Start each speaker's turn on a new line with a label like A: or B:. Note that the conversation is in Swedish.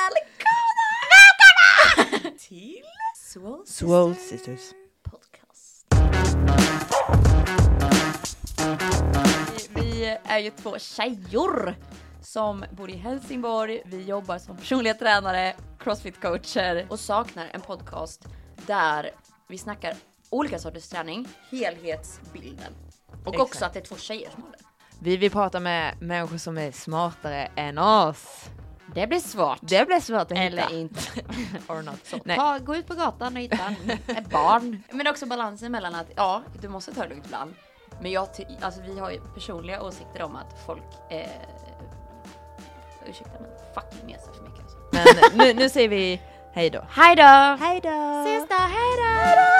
A: Välkomna! Välkomna! Till Swole
B: Swole Sisters.
A: Podcast. Vi, vi är ju två tjejor som bor i Helsingborg. Vi jobbar som personliga tränare, crossfit-coacher och saknar en podcast där vi snackar olika sorters träning, helhetsbilden. Och
B: Exakt.
A: också att det är två tjejer som har den.
B: Vi vill prata med människor som är smartare än oss.
A: Det blir svårt.
B: Det blir svårt att
A: Eller
B: hitta.
A: inte.
B: Or not.
A: Så,
B: Nej.
A: ta, gå ut på gatan och hitta en- ett barn. Men också balansen mellan att ja, du måste ta det lugnt ibland. Men jag ty- alltså, vi har ju personliga åsikter om att folk eh, ursäkta men fucking mesar för mycket. Alltså.
B: Men nu, nu säger vi hej då.
A: Hej då!
B: Hej då!
A: Sista hej då!